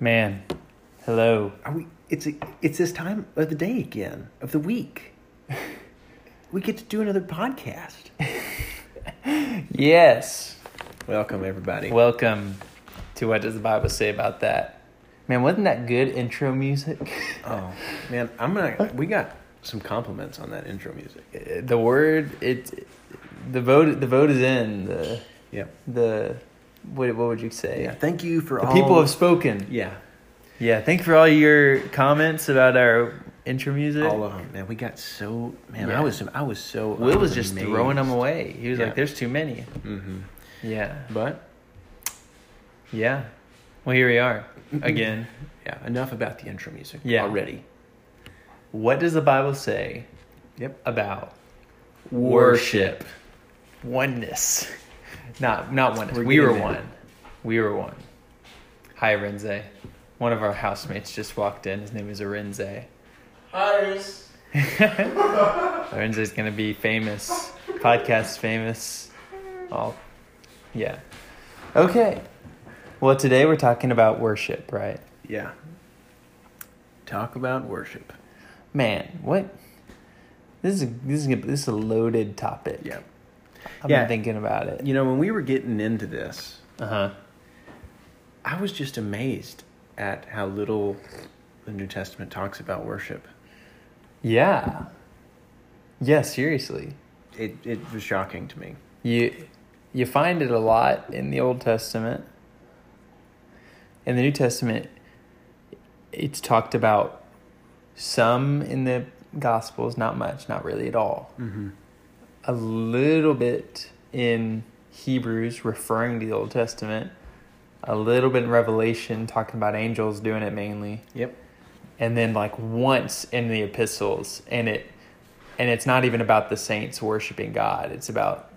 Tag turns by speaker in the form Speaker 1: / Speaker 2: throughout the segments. Speaker 1: Man, hello.
Speaker 2: Are we? It's it's this time of the day again of the week. we get to do another podcast.
Speaker 1: Yes.
Speaker 2: Welcome everybody.
Speaker 1: Welcome to What Does the Bible Say About That? Man, wasn't that good intro music?
Speaker 2: oh man, I'm gonna. We got some compliments on that intro music.
Speaker 1: the word it the vote the vote is in. The
Speaker 2: Yeah.
Speaker 1: the what what would you say?
Speaker 2: Yeah. Thank you for
Speaker 1: The
Speaker 2: all
Speaker 1: people have spoken.
Speaker 2: Yeah.
Speaker 1: Yeah, thank you for all your comments about our intro music.
Speaker 2: All of them, man. We got so man.
Speaker 1: Yeah.
Speaker 2: I was I was so.
Speaker 1: Will was just
Speaker 2: amazed.
Speaker 1: throwing them away. He was
Speaker 2: Yeah.
Speaker 1: like, "There's too many."
Speaker 2: Mhm.
Speaker 1: Yeah,
Speaker 2: But
Speaker 1: yeah. Well, here we are again.
Speaker 2: yeah, enough about the intro music.
Speaker 1: Yeah.
Speaker 2: Already.
Speaker 1: What does the Bible say
Speaker 2: Yep.
Speaker 1: about
Speaker 2: Worship.
Speaker 1: oneness? Not not oneness.
Speaker 2: We're
Speaker 1: we were
Speaker 2: getting there.
Speaker 1: one. We were one. Hi, Renze. One of our housemates just walked in. His name is Renze.
Speaker 3: Iris.
Speaker 1: Renze's gonna be famous. Podcast famous. All, yeah. Okay. Well, today we're talking about worship, right?
Speaker 2: Yeah. Talk about worship.
Speaker 1: Man, what? This is this is a, this is a loaded topic.
Speaker 2: Yeah.
Speaker 1: I've
Speaker 2: Yeah.
Speaker 1: been thinking about it.
Speaker 2: You Uh-huh. know, when we were getting into this,
Speaker 1: Uh huh.
Speaker 2: I was just amazed at how little the New Testament talks about worship.
Speaker 1: Yeah. Yeah, seriously.
Speaker 2: It it was shocking to me.
Speaker 1: You you find it a lot in the Old Testament. In the New Testament, it's talked about some in the Gospels, not much, not really at all.
Speaker 2: Mm-hmm.
Speaker 1: A little bit in Hebrews, referring to the Old Testament. A little bit in Revelation, talking about angels doing it mainly.
Speaker 2: Yep.
Speaker 1: and then like once in the epistles and it and it's not even about the saints worshiping god it's about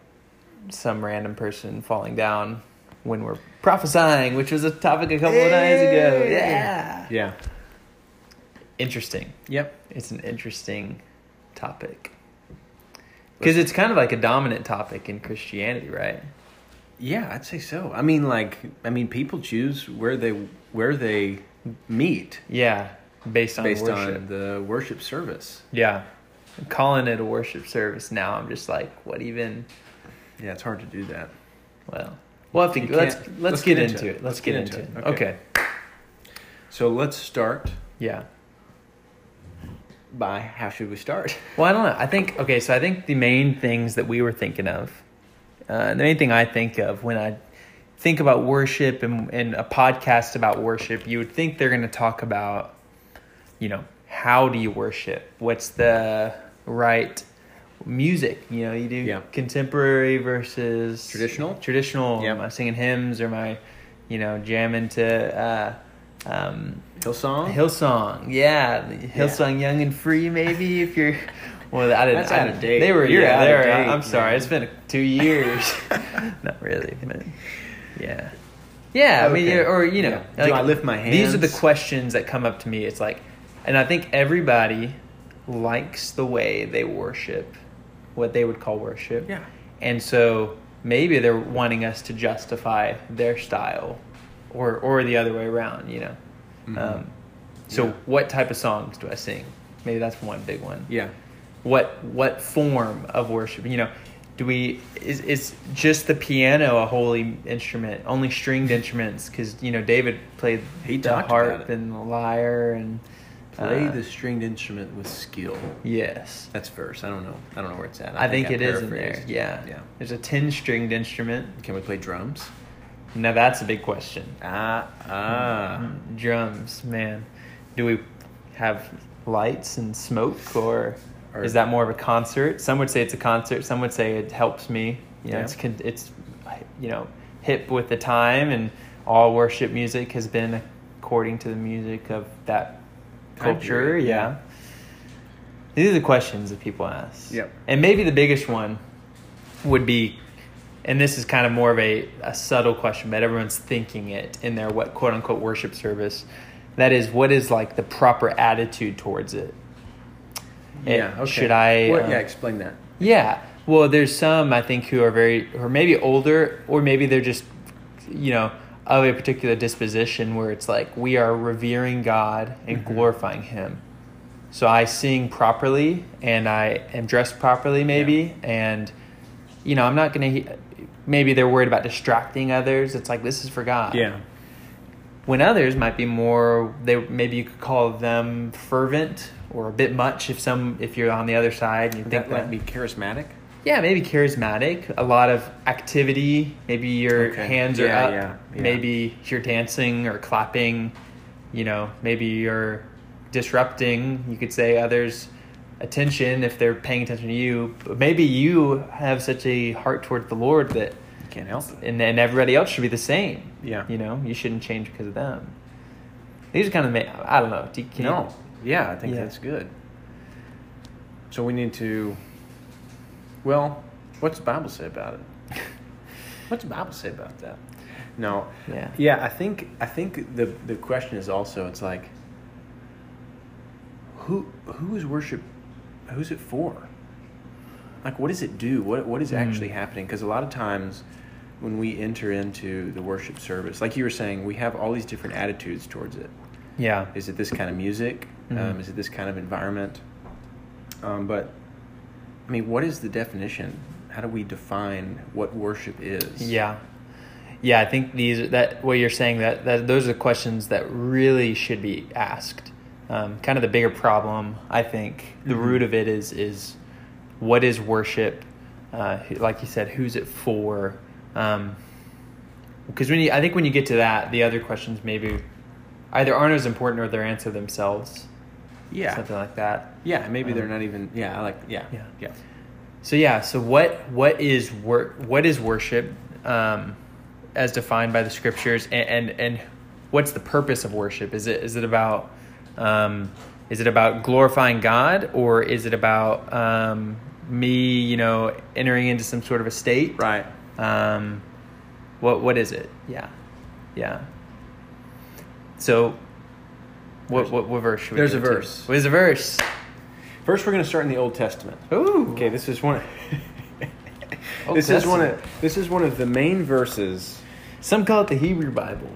Speaker 1: some random person falling down when we're prophesying which was a topic a couple of nights ago
Speaker 2: Hey!
Speaker 1: yeah
Speaker 2: Yeah.
Speaker 1: interesting
Speaker 2: Yep.
Speaker 1: it's an interesting topic because it's kind of like a dominant topic in christianity right
Speaker 2: Yeah, I'd say so. I mean, like, I mean, people choose where they where they meet
Speaker 1: yeah based on
Speaker 2: based
Speaker 1: worship
Speaker 2: on the worship service.
Speaker 1: yeah calling it a worship service now i'm just like what even
Speaker 2: Yeah, it's hard to do that.
Speaker 1: Well, we'll have to
Speaker 2: You
Speaker 1: let's let's,
Speaker 2: can't-
Speaker 1: get, into it. Let's, get, into, it. Okay.
Speaker 2: So let's start
Speaker 1: Yeah.
Speaker 2: by how should we start?
Speaker 1: Well, I don't know. I think okay. So I think the main things that we were thinking of, uh, the main thing I think of when I think about worship and and a podcast about worship, you would think they're going to talk about, you know, how do you worship? What's the right music? You know, you do
Speaker 2: Yeah.
Speaker 1: contemporary versus
Speaker 2: Traditional?
Speaker 1: Traditional.
Speaker 2: Yeah.
Speaker 1: Am I singing hymns? Or am I, you know, jamming to? Uh, um,
Speaker 2: Hillsong.
Speaker 1: Hillsong, yeah, Hillsong, Young and Free, maybe if you're. Well, I didn't.
Speaker 2: That's
Speaker 1: I
Speaker 2: out of
Speaker 1: didn't-
Speaker 2: date.
Speaker 1: They were.
Speaker 2: You're
Speaker 1: yeah,
Speaker 2: out
Speaker 1: they
Speaker 2: of
Speaker 1: were-
Speaker 2: date,
Speaker 1: I'm sorry.
Speaker 2: man.
Speaker 1: It's been two years. Not really, but yeah, yeah. I mean,
Speaker 2: Okay.
Speaker 1: you're, or you know,
Speaker 2: Yeah. Do I lift my
Speaker 1: These are the
Speaker 2: hands?
Speaker 1: questions that come up to me. It's like, and I think everybody likes the way they worship, what they would call worship.
Speaker 2: Yeah.
Speaker 1: And so maybe they're wanting us to justify their style, or or the other way around. You know.
Speaker 2: Mhm.
Speaker 1: Um, so
Speaker 2: Yeah.
Speaker 1: what type of songs do I sing? Maybe that's one big one.
Speaker 2: Yeah.
Speaker 1: What what form of worship? You know, do we is is just the piano a holy instrument? Only stringed instruments because you know David played
Speaker 2: He
Speaker 1: the
Speaker 2: talked about
Speaker 1: harp
Speaker 2: it.
Speaker 1: and the lyre and
Speaker 2: Play
Speaker 1: uh,
Speaker 2: the stringed instrument with skill.
Speaker 1: Yes,
Speaker 2: That's verse. I don't know. I don't know where it's at.
Speaker 1: I, think, it
Speaker 2: I
Speaker 1: is in there.
Speaker 2: paraphrased.
Speaker 1: Yeah,
Speaker 2: Yeah.
Speaker 1: There's a ten stringed instrument.
Speaker 2: Can we play drums?
Speaker 1: Now that's a big question.
Speaker 2: Ah, ah.
Speaker 1: mm-hmm. Drums, man. Do we have lights and smoke, or,
Speaker 2: Or-
Speaker 1: is that more of a concert? Some would say it's a concert. Some would say it helps me. You know,
Speaker 2: Yeah.
Speaker 1: it's con- it's you know hip with the time, and all worship music has been according to the music of that
Speaker 2: Time
Speaker 1: culture.
Speaker 2: period,
Speaker 1: Yeah.
Speaker 2: yeah.
Speaker 1: These are the questions that people ask.
Speaker 2: Yep.
Speaker 1: And maybe the biggest one would be and this is kind of more of a, a subtle question but everyone's thinking it in their what quote unquote worship service that is what is like the proper attitude towards it And
Speaker 2: Yeah. Okay.
Speaker 1: should i
Speaker 2: What,
Speaker 1: uh,
Speaker 2: yeah. Explain that.
Speaker 1: yeah. Well, there's some I think who are very, or maybe older, or maybe they're just, you know, of a particular disposition where it's like we are revering God and
Speaker 2: Mm-hmm.
Speaker 1: glorifying Him. So I sing properly and I am dressed properly, maybe, and you know I'm not gonna. He- maybe they're worried about distracting others. It's like this is for God.
Speaker 2: Yeah.
Speaker 1: When others might be more, they maybe you could call them fervent or a bit much if some if you're on the other side and you think
Speaker 2: That might be charismatic.
Speaker 1: yeah, maybe charismatic, a lot of activity. Maybe your
Speaker 2: Okay.
Speaker 1: hands are
Speaker 2: Yeah,
Speaker 1: up.
Speaker 2: yeah, yeah.
Speaker 1: Maybe you're dancing or clapping. You know, maybe you're disrupting. You could say others' attention if they're paying attention to you. But maybe you have such a heart toward the Lord that,
Speaker 2: You can't help it.
Speaker 1: and and everybody else should be the same.
Speaker 2: Yeah.
Speaker 1: you know, you shouldn't change because of them. These are kind of ma- I don't know. Do you- Can you-
Speaker 2: No. Yeah, I think
Speaker 1: Yeah.
Speaker 2: that's good. So we need to. Well, what's the Bible say about it? What's the Bible say about that? No.
Speaker 1: Yeah.
Speaker 2: Yeah, I think I think the the question is also it's like who who is worship who's it for? Like what does it do? What what
Speaker 1: Hmm.
Speaker 2: is actually happening? Because a lot of times when we enter into the worship service, like you were saying, we have all these different attitudes towards it.
Speaker 1: yeah,
Speaker 2: Is it this kind of music? Um,
Speaker 1: Mhm.
Speaker 2: is it this kind of environment? Um, but I mean, what is the definition? How do we define what worship is?
Speaker 1: Yeah. Yeah, I think these that what you're saying that, that those are the questions that really should be asked. Um, kind of the bigger problem, I think, the root of it is is what is worship? Uh, who- like you said, who's it for? Um, because when you, I think when you get to that, the other questions maybe either aren't as important or their answer themselves,
Speaker 2: Yeah.
Speaker 1: something like that.
Speaker 2: Yeah, maybe they're
Speaker 1: Um,
Speaker 2: not even. Yeah, I like. Yeah,
Speaker 1: Yeah.
Speaker 2: yeah.
Speaker 1: So yeah, so what what is work what is worship um, as defined by the scriptures and, and and what's the purpose of worship? Is it is it about um, is it about glorifying God or is it about um, me, you know, entering into some sort of a state?
Speaker 2: Right.
Speaker 1: Um, what what is it? Yeah. Yeah. So what what, what verse should we
Speaker 2: There's
Speaker 1: go
Speaker 2: a
Speaker 1: to?
Speaker 2: verse.
Speaker 1: There's a verse.
Speaker 2: First, we're going to start in the Old Testament.
Speaker 1: Ooh.
Speaker 2: Okay, this is one.
Speaker 1: Old
Speaker 2: this is one
Speaker 1: Testament.
Speaker 2: of this is one of the main verses.
Speaker 1: Some call it the Hebrew Bible.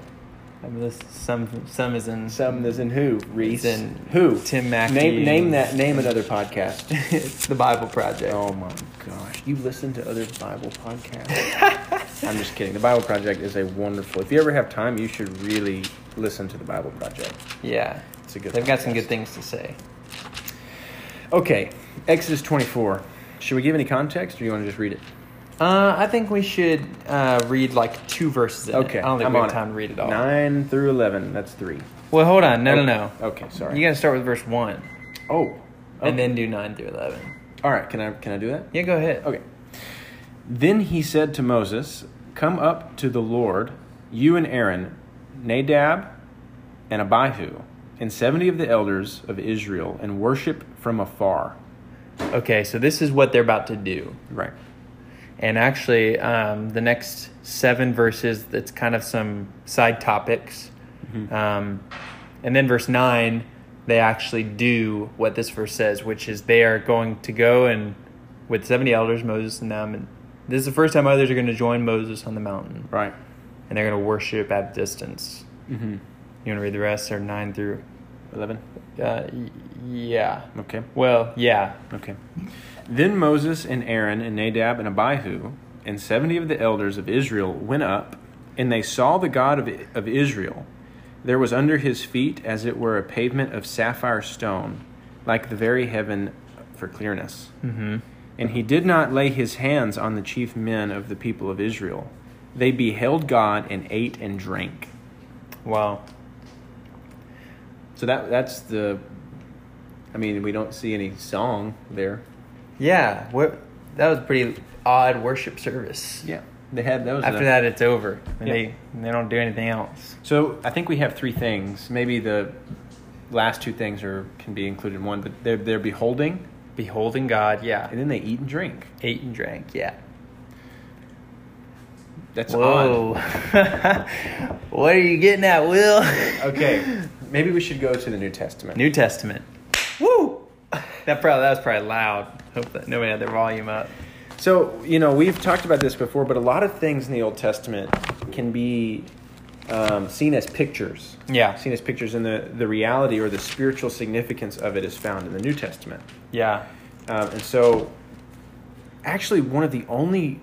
Speaker 1: I mean, this, some some is in
Speaker 2: Some is in who Reese
Speaker 1: It's in
Speaker 2: who
Speaker 1: Tim Mackey
Speaker 2: Name,
Speaker 1: and-
Speaker 2: name that name another podcast.
Speaker 1: it's the Bible Project.
Speaker 2: Oh my gosh, you listen to other Bible podcasts? I'm just kidding. The Bible Project is a wonderful. If you ever have time, you should really listen to the Bible Project.
Speaker 1: Yeah,
Speaker 2: It's a good
Speaker 1: They've got
Speaker 2: podcast.
Speaker 1: some good things to say.
Speaker 2: Okay, Exodus 24. Should we give any context, or you want to just read it?
Speaker 1: Uh, I think we should uh, read like two verses. In it.
Speaker 2: Okay,
Speaker 1: I don't think
Speaker 2: I'm
Speaker 1: we
Speaker 2: on
Speaker 1: have
Speaker 2: it.
Speaker 1: time to read it all.
Speaker 2: Nine through eleven. That's three.
Speaker 1: Well, hold on. No,
Speaker 2: Okay.
Speaker 1: no, no.
Speaker 2: Okay, sorry.
Speaker 1: You got to start with verse one,
Speaker 2: Oh, okay.
Speaker 1: and then do nine through eleven.
Speaker 2: all right. Can I can I do that?
Speaker 1: Yeah, go ahead.
Speaker 2: Okay. Then he said to Moses, Come up to the Lord, you and Aaron, Nadab and Abihu, and 70 of the elders of Israel, and worship from afar.
Speaker 1: Okay, so this is what they're about to do.
Speaker 2: Right.
Speaker 1: And actually, um, the next seven verses, it's kind of some side topics.
Speaker 2: Mm-hmm.
Speaker 1: Um, and then verse nine, they actually do what this verse says, which is they are going to go and with 70 elders, Moses and them. And this is the first time others are going to join Moses on the mountain.
Speaker 2: Right.
Speaker 1: And they're going to worship at a distance.
Speaker 2: Mm-hmm.
Speaker 1: You want to read the rest? Or nine through.
Speaker 2: 11.
Speaker 1: Uh, y- yeah.
Speaker 2: Okay.
Speaker 1: Well, yeah.
Speaker 2: Okay. Then Moses and Aaron and Nadab and Abihu and 70 of the elders of Israel went up, and they saw the God of, of Israel. There was under his feet as it were a pavement of sapphire stone, like the very heaven for clearness.
Speaker 1: Mm-hmm.
Speaker 2: And he did not lay his hands on the chief men of the people of Israel. They beheld God and ate and drank.
Speaker 1: Wow.
Speaker 2: So that that's the I mean, we don't see any song there.
Speaker 1: Yeah, what that was a pretty odd worship service.
Speaker 2: Yeah. They had those uh,
Speaker 1: After that, it's over. And
Speaker 2: Yeah.
Speaker 1: They and they don't do anything else.
Speaker 2: So I think we have three things. Maybe the last two things are can be included in one, but they're they're beholding,
Speaker 1: Beholding God, yeah.
Speaker 2: and then they eat and drink.
Speaker 1: Ate and drank, yeah.
Speaker 2: That's
Speaker 1: Whoa. what are you getting at, Will?
Speaker 2: odd. Okay, maybe we should go to the New Testament.
Speaker 1: New Testament. Woo! That probably that was probably loud. Hope that nobody had their volume up.
Speaker 2: so you know we've talked about this before, but a lot of things in the Old Testament can be um, seen as pictures.
Speaker 1: Yeah.
Speaker 2: Seen as pictures, and the, the reality or the spiritual significance of it is found in the New Testament.
Speaker 1: Yeah.
Speaker 2: Um, and so, actually, one of the only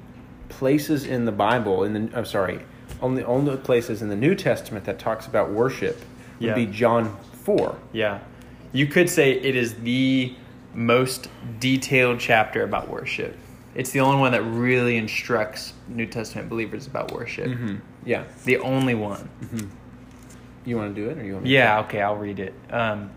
Speaker 2: places in the Bible, in the I'm sorry, only only places in the New Testament that talks about worship would
Speaker 1: Yeah.
Speaker 2: be John four.
Speaker 1: Yeah. You could say it is the most detailed chapter about worship. It's the only one that really instructs New Testament believers about worship.
Speaker 2: Mm-hmm. Yeah,
Speaker 1: The only one.
Speaker 2: you want to do it, or you want? Me
Speaker 1: Yeah, okay, I'll read it. Um,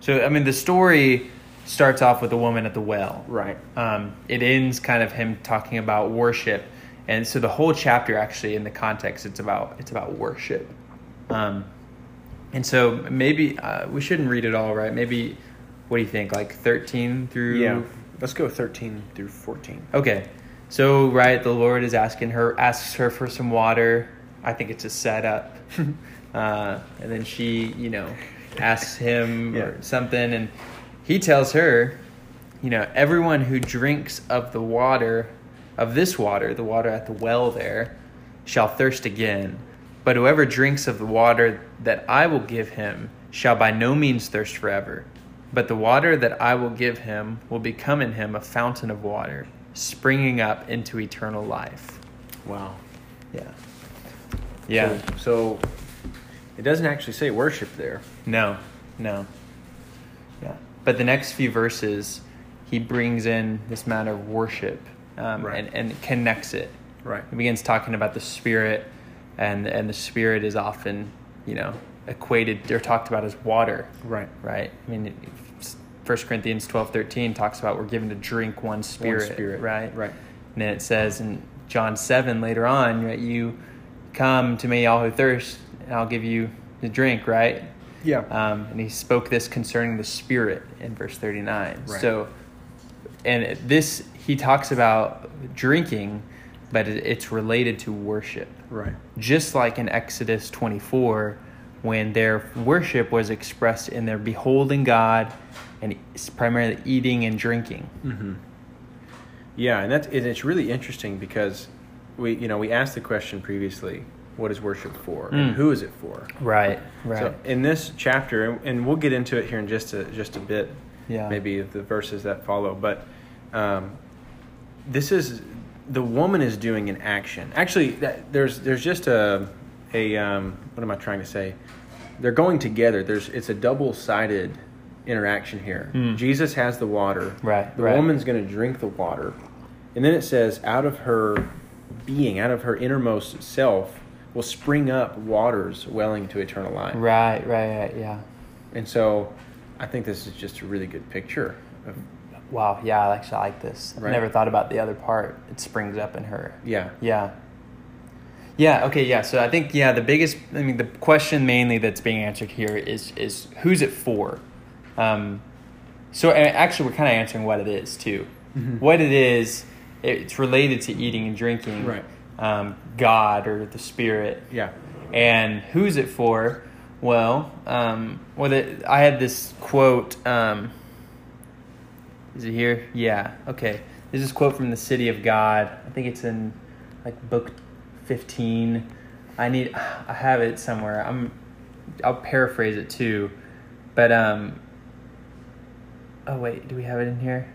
Speaker 1: so, I mean, the story starts off with the woman at the well.
Speaker 2: Right.
Speaker 1: Um, it ends kind of him talking about worship. And so the whole chapter actually in the context it's about it's about worship. Um, and so maybe uh, we shouldn't read it all, right? Maybe what do you think? Like 13 through
Speaker 2: Yeah. Let's go thirteen through fourteen.
Speaker 1: Okay. So right, the Lord is asking her asks her for some water. I think it's a setup. uh, and then she, you know, asks him
Speaker 2: Yeah.
Speaker 1: or something and he tells her, you know, everyone who drinks of the water of this water, the water at the well there, shall thirst again. But whoever drinks of the water that I will give him shall by no means thirst forever. But the water that I will give him will become in him a fountain of water, springing up into eternal life.
Speaker 2: Wow.
Speaker 1: Yeah. Yeah.
Speaker 2: So, so it doesn't actually say worship there.
Speaker 1: No. No. Yeah. But the next few verses, he brings in this matter of worship um,
Speaker 2: Right.
Speaker 1: and, and connects it.
Speaker 2: Right.
Speaker 1: He begins talking about the spirit, and and the spirit is often, you know, equated or talked about as water.
Speaker 2: Right.
Speaker 1: Right. I mean, First Corinthians twelve thirteen talks about we're given to drink one spirit.
Speaker 2: spirit,
Speaker 1: Right.
Speaker 2: right.
Speaker 1: And then it says in John seven later on, right, you come to me, all who thirst, and I'll give you the drink. Right.
Speaker 2: Yeah.
Speaker 1: Um, and he spoke this concerning the spirit in verse thirty nine.
Speaker 2: Right.
Speaker 1: So and this he talks about drinking but it- it's related to worship
Speaker 2: right.
Speaker 1: just like in exodus 24 when their worship was expressed in their beholding god and s- primarily eating and drinking
Speaker 2: Mm-hmm. Yeah, and that's and it's really interesting because we you know we asked the question previously, what is worship for, and
Speaker 1: Mm.
Speaker 2: who is it for?
Speaker 1: right
Speaker 2: So in this chapter, and- and we'll get into it here in just a just a bit,
Speaker 1: Yeah.
Speaker 2: maybe of the verses that follow. But um, this is the woman is doing an action. Actually, that, there's there's just a a um, what am I trying to say? They're going together. There's it's a double sided interaction here. Jesus has the water.
Speaker 1: Mm. Right,
Speaker 2: The
Speaker 1: right.
Speaker 2: woman's going to drink the water, and then it says, out of her being, out of her innermost self, will spring up waters welling to eternal life.
Speaker 1: right right right yeah
Speaker 2: And so I think this is just a really good picture. Of,
Speaker 1: wow yeah i actually like this
Speaker 2: Right.
Speaker 1: i never thought about the other part it springs up in her
Speaker 2: yeah.
Speaker 1: Yeah. Yeah, okay, yeah. So I think yeah, the biggest I mean the question mainly that's being answered here is is who's it for? Um so and actually we're kind of answering what it is too. What it is, it's related to eating and drinking.
Speaker 2: Right.
Speaker 1: Um, God or the spirit.
Speaker 2: Yeah.
Speaker 1: And who's it for? Well, um, well, the, I had this quote. Um, is it here? Yeah. Okay. This is a quote from the City of God. I think it's in like book fifteen. I need. I have it somewhere. I'm. I'll paraphrase it too, but um. Oh wait, do we have it in here?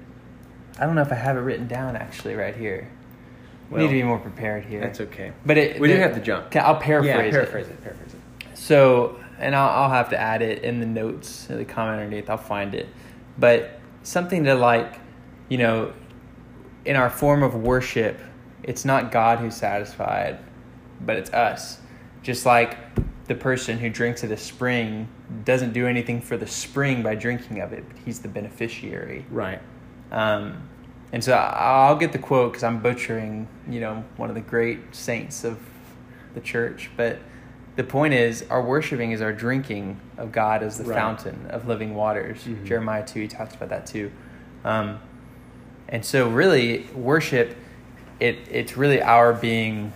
Speaker 1: I don't know if I have it written down actually right here. we
Speaker 2: Well,
Speaker 1: need to be more prepared here.
Speaker 2: That's okay.
Speaker 1: But it,
Speaker 2: we do
Speaker 1: the-
Speaker 2: have to jump.
Speaker 1: Okay, I'll paraphrase,
Speaker 2: yeah,
Speaker 1: it.
Speaker 2: paraphrase it. Paraphrase it.
Speaker 1: So, and I'll, I'll have to add it in the notes, in the comment underneath. I'll find it. But something to like, you know, in our form of worship, it's not God who's satisfied, but it's us. Just like the person who drinks at a spring doesn't do anything for the spring by drinking of it, but he's the beneficiary.
Speaker 2: Right.
Speaker 1: Um, and so I- I'll get the quote because I'm butchering, you know, one of the great saints of the church. But the point is, our worshiping is our drinking of God as the
Speaker 2: Right.
Speaker 1: fountain of living waters.
Speaker 2: Mhm.
Speaker 1: Jeremiah 2, he talks about that too. Um, and so, really, worship, it, it's really our being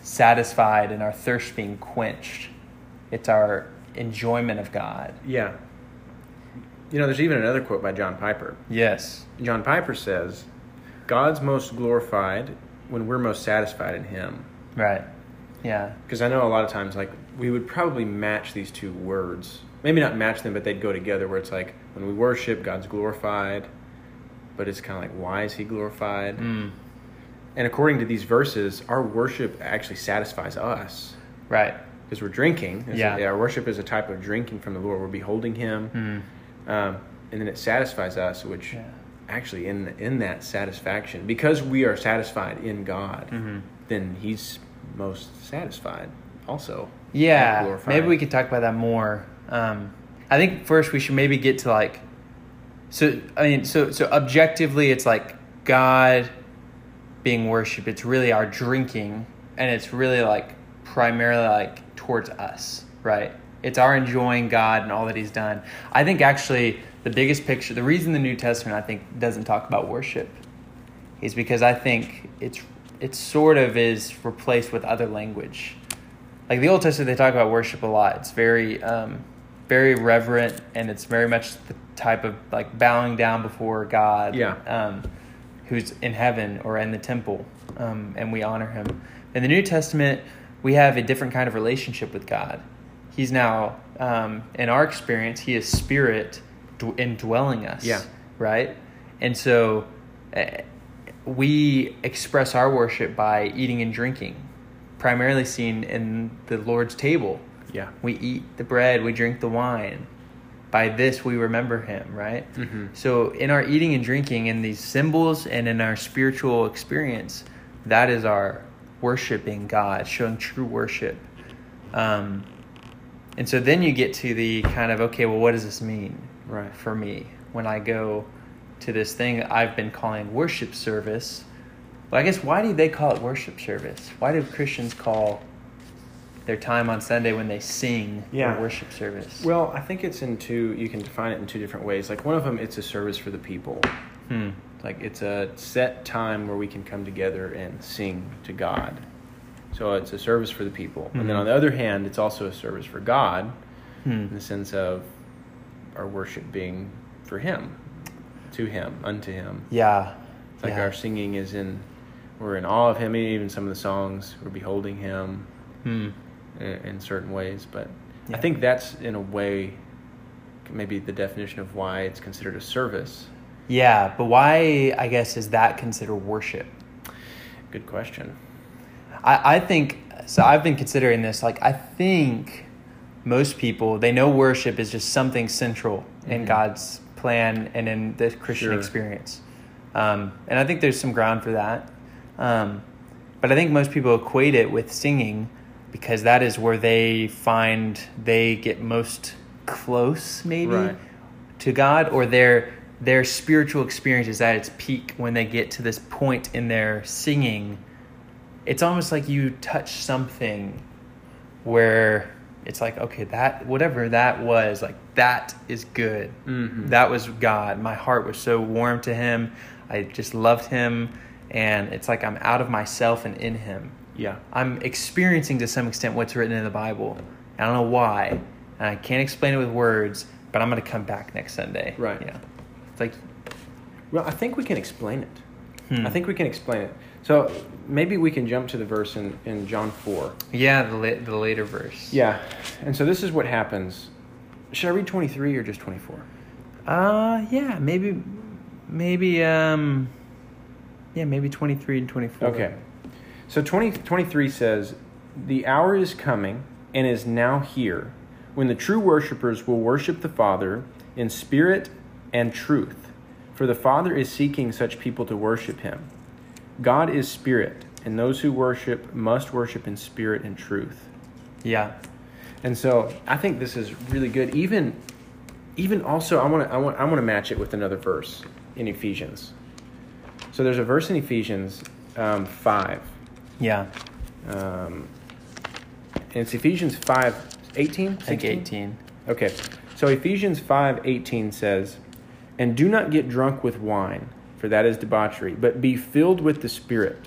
Speaker 1: satisfied and our thirst being quenched. It's our enjoyment of God.
Speaker 2: Yeah. You know, there's even another quote by John Piper.
Speaker 1: Yes.
Speaker 2: John Piper says, God's most glorified when we're most satisfied in Him.
Speaker 1: Right. Yeah.
Speaker 2: Because I know a lot of times, like, we would probably match these two words. Maybe not match them, but they'd go together where it's like when we worship, God's glorified, but it's kind of like, why is he glorified?
Speaker 1: Mm,
Speaker 2: And according to these verses, our worship actually satisfies us
Speaker 1: right.
Speaker 2: because we're drinking. It's-
Speaker 1: Yeah.
Speaker 2: Our worship is a type of drinking from the Lord. We're beholding him.
Speaker 1: Mm,
Speaker 2: Um, and then it satisfies us, which
Speaker 1: yeah.
Speaker 2: actually in in that satisfaction, because we are satisfied in God,
Speaker 1: Mhm.
Speaker 2: then He's most satisfied. Also, And
Speaker 1: Yeah,
Speaker 2: glorified.
Speaker 1: maybe we could talk about that more. Um, I think first we should maybe get to like, so I mean, so so objectively, it's like God being worshipped. It's really our drinking, and it's really like primarily like towards us, right? It's our enjoying God and all that He's done. I think actually the biggest picture, the reason the New Testament I think doesn't talk about worship is because I think it's it sort of is replaced with other language. Like the Old Testament, they talk about worship a lot. It's very um, very reverent, and it's very much the type of like bowing down before God,
Speaker 2: Yeah.
Speaker 1: um, who's in heaven or in the temple, um, and we honor Him. In the New Testament, we have a different kind of relationship with God. He's now, um, in our experience, He is Spirit d- indwelling us
Speaker 2: Yeah.
Speaker 1: right? And so eh, we express our worship by eating and drinking, primarily seen in the Lord's table.
Speaker 2: yeah,
Speaker 1: We eat the bread, we drink the wine. By this we remember him, right?
Speaker 2: Mhm.
Speaker 1: So in our eating and drinking, in these symbols and in our spiritual experience, that is our worshiping God, showing true worship. Um, and so then you get to the kind of okay, well, what does this mean?
Speaker 2: right.
Speaker 1: for me when I go to this thing I've been calling worship service. Well, I guess why do they call it worship service? Why do Christians call their time on Sunday when they sing
Speaker 2: Yeah.
Speaker 1: a worship service?
Speaker 2: Well, I think it's in two. You can define it in two different ways. Like one of them, it's a service for the people.
Speaker 1: hmm.
Speaker 2: Like it's a set time where we can come together and sing to God. So it's a service for the people. And then
Speaker 1: Mhm.
Speaker 2: on the other hand, it's also a service for God in
Speaker 1: Hmm.
Speaker 2: the sense of our worship being for Him, to Him, unto Him.
Speaker 1: Yeah.
Speaker 2: It's like
Speaker 1: yeah.
Speaker 2: our singing is in, we're in awe of him. and Even some of the songs, we're beholding him
Speaker 1: Hmm.
Speaker 2: i- in certain ways. But
Speaker 1: Yeah.
Speaker 2: I think that's in a way, maybe the definition of why it's considered a service.
Speaker 1: Yeah, but why, I guess, is that considered worship?
Speaker 2: Good question.
Speaker 1: I, I think so i've been considering this like i think most people they know worship is just something central in
Speaker 2: Mhm.
Speaker 1: god's plan and in the christian
Speaker 2: Sure.
Speaker 1: experience um, and i think there's some ground for that um, but i think most people equate it with singing because that is where they find they get most close maybe
Speaker 2: Right.
Speaker 1: to god or their their spiritual experience is at its peak when they get to this point in their singing it's almost like you touch something where it's like okay that whatever that was like that is good
Speaker 2: Mhm.
Speaker 1: that was god my heart was so warm to him i just loved him and it's like i'm out of myself and in him
Speaker 2: Yeah.
Speaker 1: i'm experiencing to some extent what's written in the bible i don't know why and i can't explain it with words but i'm going to come back next sunday
Speaker 2: Right.
Speaker 1: yeah it's like
Speaker 2: Well, I think we can explain it.
Speaker 1: Hmm.
Speaker 2: I think we can explain it. So maybe we can jump to the verse in, in John 4.
Speaker 1: yeah the, la- the later verse
Speaker 2: Yeah. And so this is what happens. Should I read 23 or just 24?
Speaker 1: Uh yeah, maybe maybe um yeah, maybe 23 and 24.
Speaker 2: Okay. So 20, 23 says, The hour is coming and is now here when the true worshipers will worship the Father in spirit and truth, for the Father is seeking such people to worship him. God is spirit, and those who worship must worship in spirit and truth.
Speaker 1: Yeah.
Speaker 2: And so I think this is really good. Even even also I want to I want I want to match it with another verse in Ephesians. So there's a verse in Ephesians um, 5
Speaker 1: Yeah.
Speaker 2: um, and it's Ephesians 5 18?
Speaker 1: Like 18.
Speaker 2: Okay. So Ephesians 5 18 says, And do not get drunk with wine, for that is debauchery, but be filled with the Spirit.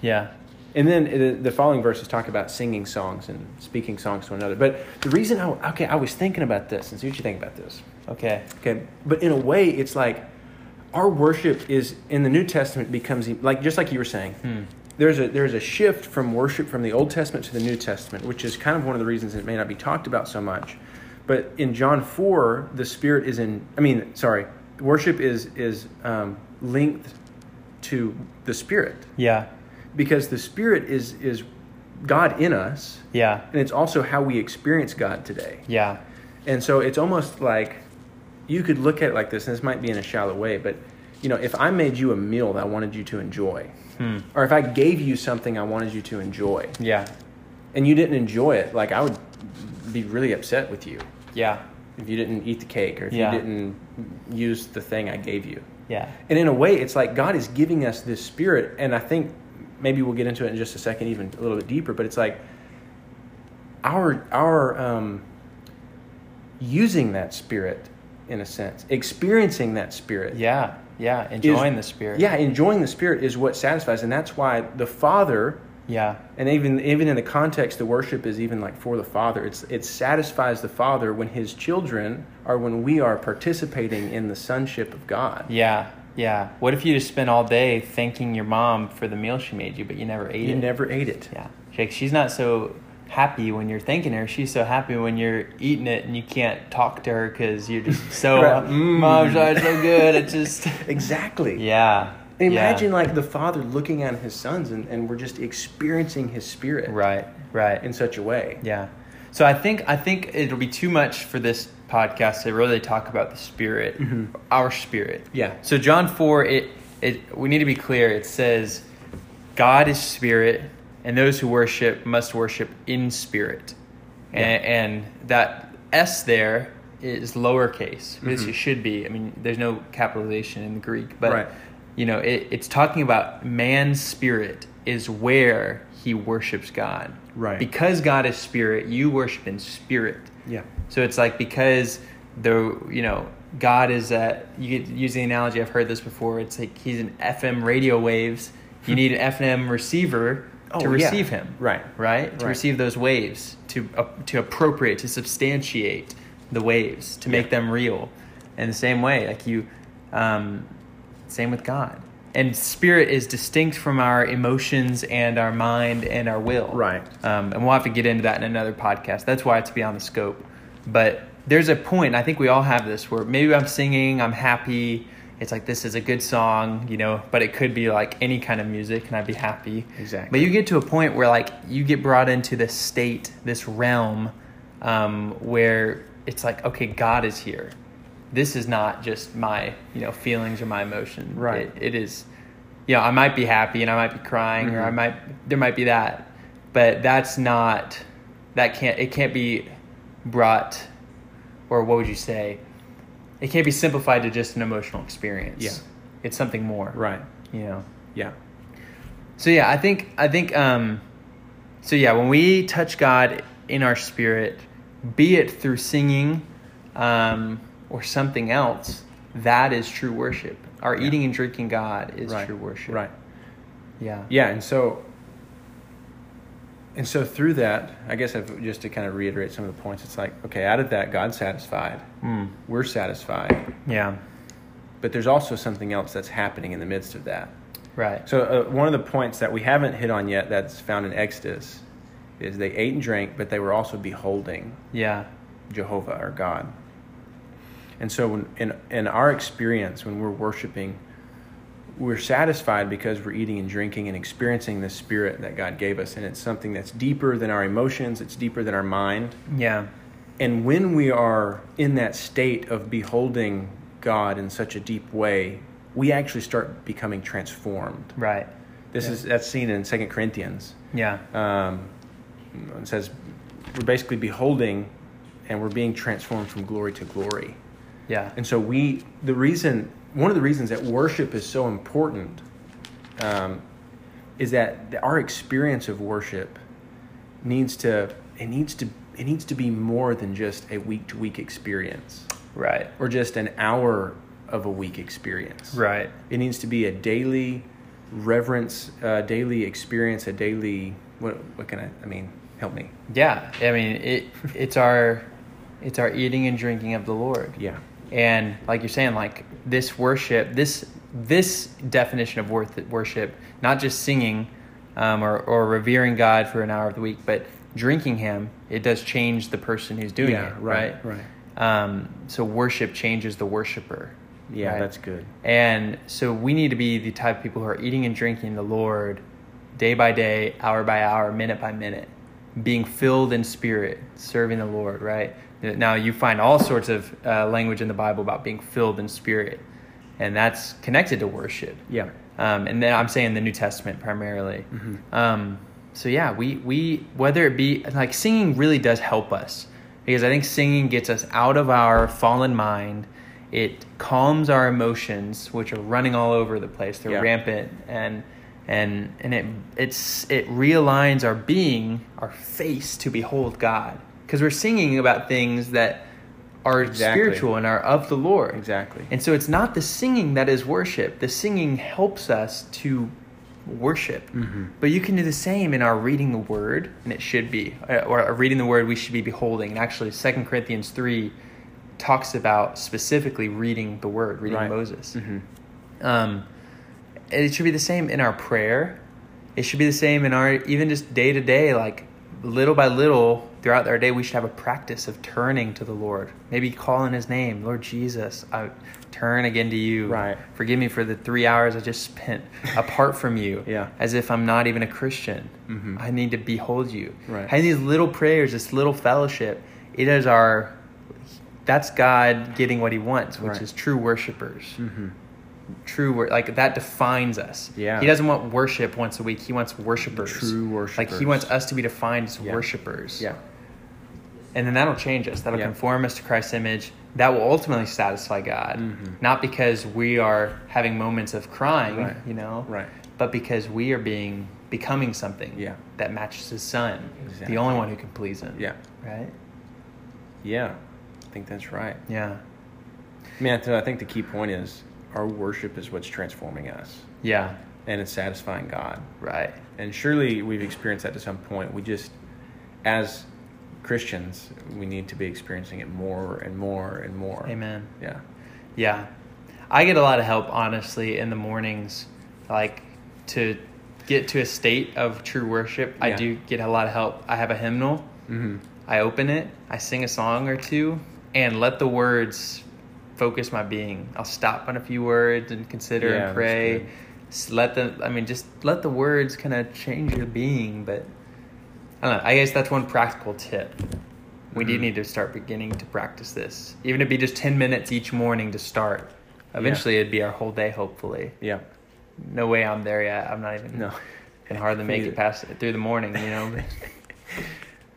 Speaker 1: Yeah.
Speaker 2: And then the- the following verses talk about singing songs and speaking songs to another. But the reason I, okay, I was thinking about this, and see what you think about this.
Speaker 1: Okay.
Speaker 2: Okay, but in a way, e, it's like our worship is in the New Testament becomes like just like you were saying, there's a there's a shift from worship from the Old Testament to the New Testament, which is kind of one of the reasons it may not be talked about so much. But in John four, the Spirit is in. I mean, sorry, worship is is um, linked to the Spirit
Speaker 1: Yeah.
Speaker 2: because the Spirit is is God in us,
Speaker 1: Yeah.
Speaker 2: and it's also how we experience God today.
Speaker 1: Yeah.
Speaker 2: And so it's almost like you could look at it like this, and this might be in a shallow way, but you know, if I made you a meal that I wanted you to enjoy, or if I gave you something I wanted you to enjoy,
Speaker 1: Yeah.
Speaker 2: and you didn't enjoy it, like I would be really upset with you
Speaker 1: Yeah.
Speaker 2: if you didn't eat the cake or if
Speaker 1: Yeah.
Speaker 2: you didn't use the thing I gave you.
Speaker 1: Yeah.
Speaker 2: And in a way, it's like God is giving us this spirit, and I think maybe we'll get into it in just a second, even a little bit deeper. But it's like our our um, using that spirit in a sense, experiencing that spirit.
Speaker 1: Yeah. Yeah.
Speaker 2: is-
Speaker 1: Enjoying the spirit.
Speaker 2: Yeah, enjoying the spirit is what satisfies, and that's why the Father
Speaker 1: Yeah.
Speaker 2: and even even in the context the worship is even like for the father it's it satisfies the father when his children are when we are participating in the sonship of god
Speaker 1: Yeah. Yeah. What if you just spent all day thanking your mom for the meal she made you, but you never ate
Speaker 2: you
Speaker 1: it?
Speaker 2: never ate it
Speaker 1: Yeah. Like she's not so happy when you're thanking her. She's so happy when you're eating it and you can't talk to her because you're just so,
Speaker 2: Right. Mm.
Speaker 1: mom, it's so good. It's just,
Speaker 2: exactly
Speaker 1: yeah.
Speaker 2: And
Speaker 1: Yeah.
Speaker 2: imagine like the father looking at his sons and, and we're just experiencing his spirit
Speaker 1: Right. Right.
Speaker 2: in such a way
Speaker 1: Yeah. So I think I think it'll be too much for this podcast to really talk about the spirit, our spirit.
Speaker 2: Mm-hmm. Yeah.
Speaker 1: So John four, it it we need to be clear. It says, God is spirit, and those who worship must worship in spirit, and, and that s there is lowercase. This it should be. I mean, there's no capitalization in the Greek, but
Speaker 2: Mm-hmm. Right.
Speaker 1: you know, it, it's talking about man's spirit is where he worships God.
Speaker 2: Right.
Speaker 1: Because God is spirit, you worship in spirit.
Speaker 2: yeah
Speaker 1: So it's like because the you know God is that you could use the analogy I've heard this before. It's like he's an FM radio waves. You need an FM receiver
Speaker 2: Oh,
Speaker 1: to
Speaker 2: yeah.
Speaker 1: receive him,
Speaker 2: Right.
Speaker 1: Right, to
Speaker 2: Right.
Speaker 1: receive those waves, to ap- to appropriate, to substantiate the waves, to make them real. In the same way, like you, um, same with God. And spirit is distinct from our emotions and our mind and our will.
Speaker 2: Right.
Speaker 1: Um, and we'll have to get into that in another podcast. That's why it's beyond the scope. But there's a point, I think we all have this, where maybe I'm singing, I'm happy. It's like, this is a good song, you know, but it could be like any kind of music and I'd be happy.
Speaker 2: Exactly.
Speaker 1: But you get to a point where like you get brought into this state, this realm um, where it's like, okay, God is here. This is not just my, you know, feelings or my emotion.
Speaker 2: Right.
Speaker 1: It- it is you know i might be happy and i might be crying or
Speaker 2: Mm-hmm.
Speaker 1: i might there might be that but that's not that can't it can't be brought or what would you say it can't be simplified to just an emotional experience
Speaker 2: Yeah.
Speaker 1: it's something more
Speaker 2: right
Speaker 1: you know
Speaker 2: yeah
Speaker 1: so yeah i think i think um so yeah when we touch god in our spirit be it through singing um or something else that is true worship our
Speaker 2: Yeah.
Speaker 1: eating and drinking god is
Speaker 2: right
Speaker 1: true worship
Speaker 2: right
Speaker 1: yeah
Speaker 2: yeah and so and so through that i guess I've, just to kind of reiterate some of the points it's like okay out of that god's satisfied
Speaker 1: Mm.
Speaker 2: we're satisfied
Speaker 1: Yeah.
Speaker 2: but there's also something else that's happening in the midst of that
Speaker 1: Right.
Speaker 2: So uh, one of the points that we haven't hit on yet that's found in Exodus is they ate and drank, but they were also beholding
Speaker 1: Yeah.
Speaker 2: Jehovah or God. And so when, in in our experience when we're worshiping, we're satisfied because we're eating and drinking and experiencing the spirit that God gave us and it's something that's deeper than our emotions, it's deeper than our mind.
Speaker 1: Yeah.
Speaker 2: And when we are in that state of beholding God in such a deep way, we actually start becoming transformed.
Speaker 1: Right.
Speaker 2: This is that's seen in Second Corinthians.
Speaker 1: Yeah.
Speaker 2: Um, it says we're basically beholding, and we're being transformed from glory to glory.
Speaker 1: Yeah.
Speaker 2: And so we, the reason, one of the reasons that worship is so important, um, is that th- our experience of worship needs to it needs to it needs to be more than just a week to week experience
Speaker 1: Right.
Speaker 2: or just an hour of a week experience.
Speaker 1: Right.
Speaker 2: It needs to be a daily reverence, a daily experience, a daily what? What can I? I mean, help me.
Speaker 1: Yeah. I mean, it it's our it's our eating and drinking of the Lord.
Speaker 2: Yeah.
Speaker 1: And like you're saying, like this worship, this this definition of worth worship, not just singing, um, or, or revering God for an hour of the week, but drinking Him, it does change the person who's doing
Speaker 2: yeah,
Speaker 1: it,
Speaker 2: right,
Speaker 1: right?
Speaker 2: right.
Speaker 1: Um, so worship changes the worshiper.
Speaker 2: Yeah,
Speaker 1: right?
Speaker 2: that's good.
Speaker 1: And so we need to be the type of people who are eating and drinking the Lord day by day, hour by hour, minute by minute, being filled in spirit, serving the Lord, right? Now you find all sorts of uh, language in the Bible about being filled in spirit, and that's connected to worship.
Speaker 2: Yeah,
Speaker 1: Um, and then I'm saying the New Testament primarily.
Speaker 2: Mm-hmm.
Speaker 1: Um, so yeah, we we whether it be like singing really does help us because I think singing gets us out of our fallen mind. It calms our emotions, which are running all over the place. They're
Speaker 2: Yeah.
Speaker 1: rampant, and and and it it's it realigns our being, our face to behold God, because we're singing about things that are
Speaker 2: Exactly.
Speaker 1: spiritual and are of the Lord.
Speaker 2: exactly.
Speaker 1: And so it's not the singing that is worship. The singing helps us to worship. But you can do the same in our reading the word, and it should be. uh, Or uh, reading the word, we should be beholding. And actually, 2 Corinthians 3 talks about specifically reading the word, reading
Speaker 2: Right.
Speaker 1: Moses.
Speaker 2: Mhm.
Speaker 1: Um, it should be the same in our prayer. It should be the same in our even just day to day, like little by little throughout our day. We should have a practice of turning to the Lord, maybe calling His name, Lord Jesus. I turn again to You.
Speaker 2: Right.
Speaker 1: Forgive me for the three hours I just spent apart from You.
Speaker 2: Yeah.
Speaker 1: As if I'm not even a Christian.
Speaker 2: Mhm.
Speaker 1: I need to behold You.
Speaker 2: Right.
Speaker 1: Having these little prayers, this little fellowship, it is our. That's God getting what He wants, which
Speaker 2: Right.
Speaker 1: is true worshipers
Speaker 2: Mhm.
Speaker 1: true wor- like that defines us.
Speaker 2: Yeah.
Speaker 1: He doesn't want worship once a week. He wants worshipers.
Speaker 2: True
Speaker 1: Like
Speaker 2: worshipers.
Speaker 1: he wants us to be defined as
Speaker 2: Yeah.
Speaker 1: worshipers.
Speaker 2: Yeah,
Speaker 1: And then that'll change us. That'll
Speaker 2: Yeah.
Speaker 1: conform us to Christ's image. That will ultimately satisfy God.
Speaker 2: Mhm.
Speaker 1: Not because we are having moments of crying,
Speaker 2: Right.
Speaker 1: you know,
Speaker 2: right.
Speaker 1: but because we are being becoming something
Speaker 2: Yeah.
Speaker 1: that matches his son,
Speaker 2: Exactly.
Speaker 1: the only one who can please him.
Speaker 2: Yeah,
Speaker 1: Right?
Speaker 2: yeah. I think that's right.
Speaker 1: Yeah.
Speaker 2: I mean, I th- I think the key point is our worship is what's transforming us,
Speaker 1: Yeah.
Speaker 2: and it's satisfying God.
Speaker 1: Right.
Speaker 2: And surely we've experienced that to some point. We just, as Christians, we need to be experiencing it more and more and more.
Speaker 1: Amen.
Speaker 2: Yeah.
Speaker 1: Yeah. I get a lot of help honestly in the mornings like to get to a state of true worship. I
Speaker 2: Yeah.
Speaker 1: do get a lot of help. I have a hymnal.
Speaker 2: Mm-hmm.
Speaker 1: I open it, I sing a song or two and let the words focus my being. I'll stop on a few words and consider
Speaker 2: Yeah,
Speaker 1: and
Speaker 2: that's
Speaker 1: pray.
Speaker 2: good.
Speaker 1: S- Let the I mean just let the words kind of change your being, but I don't know. I guess that's one practical tip. We do
Speaker 2: Mhm.
Speaker 1: need to start beginning to practice this, even if it be just ten minutes each morning to start. Eventually, it'd be our whole day. Hopefully,
Speaker 2: Yeah.
Speaker 1: no way I'm there yet. I'm not even.
Speaker 2: No.
Speaker 1: can hardly make
Speaker 2: Neither.
Speaker 1: it past through the morning. You know, but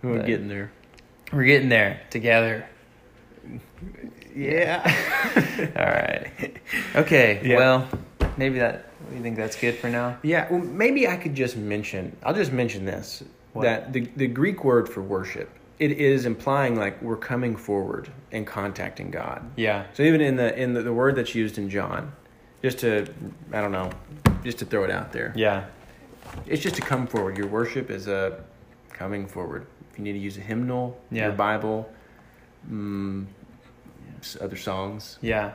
Speaker 2: We're
Speaker 1: But-
Speaker 2: getting there.
Speaker 1: we're getting there together.
Speaker 2: Yeah.
Speaker 1: All right. Okay.
Speaker 2: Yeah.
Speaker 1: Well, maybe that. You think that's good for now?
Speaker 2: Yeah, well, maybe I could just mention. I'll just mention this
Speaker 1: What?
Speaker 2: that the the Greek word for worship it is implying like we're coming forward and contacting God.
Speaker 1: Yeah.
Speaker 2: So even in the in the, the word that's used in John, just to I don't know, just to throw it out there,
Speaker 1: Yeah.
Speaker 2: it's just to come forward. Your worship is a coming forward. If you need to use a hymnal,
Speaker 1: Yeah.
Speaker 2: your Bible, mm, s- other songs,
Speaker 1: Yeah.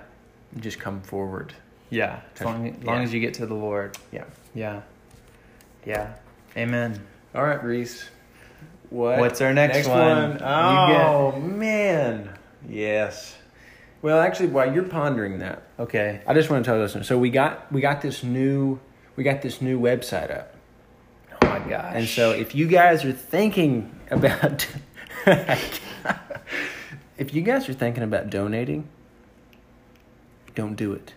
Speaker 2: just come forward.
Speaker 1: Yeah. As long, as long
Speaker 2: Yeah.
Speaker 1: as you get to the Lord.
Speaker 2: Yeah.
Speaker 1: Yeah. Yeah. Amen.
Speaker 2: All right, Reese. What?
Speaker 1: What's our next one? You
Speaker 2: Oh man. Yes. Well, actually, while you're pondering that,
Speaker 1: Okay.
Speaker 2: I just want to tell this. So we got we got this new we got this new website up,
Speaker 1: Oh my gosh.
Speaker 2: and so if you guys are thinking about if you guys are thinking about donating, don't do it.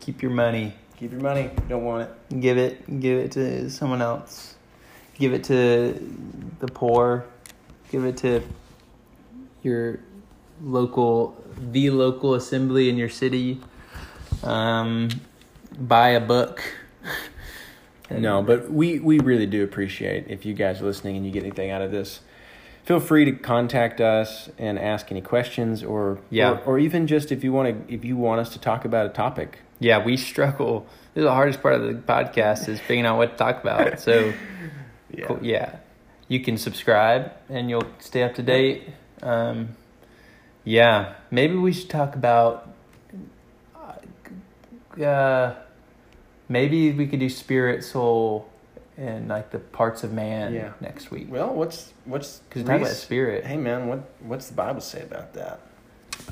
Speaker 1: keep your money.
Speaker 2: Keep your money. Don't want it.
Speaker 1: Give it. Give it to someone else. Give it to the poor. Give it to your local, the local assembly in your city. Um, buy a book.
Speaker 2: No, but we, we really do appreciate if you guys are listening and you get anything out of this. Feel free to contact us and ask any questions or
Speaker 1: Yeah.
Speaker 2: or, or even just if you want to if you want us to talk about a topic.
Speaker 1: Yeah, we struggle. This is the hardest part of the podcast is figuring out what to talk about. So,
Speaker 2: Yeah.
Speaker 1: cool- yeah. you can subscribe and you'll stay up to date. Um, yeah, maybe we should talk about. Uh, maybe we could do spirit, soul, and like the parts of man
Speaker 2: Yeah.
Speaker 1: next week.
Speaker 2: Well, what's what's
Speaker 1: Because you're talking about
Speaker 2: Reese-
Speaker 1: spirit.
Speaker 2: Hey man, what what's the Bible say about that?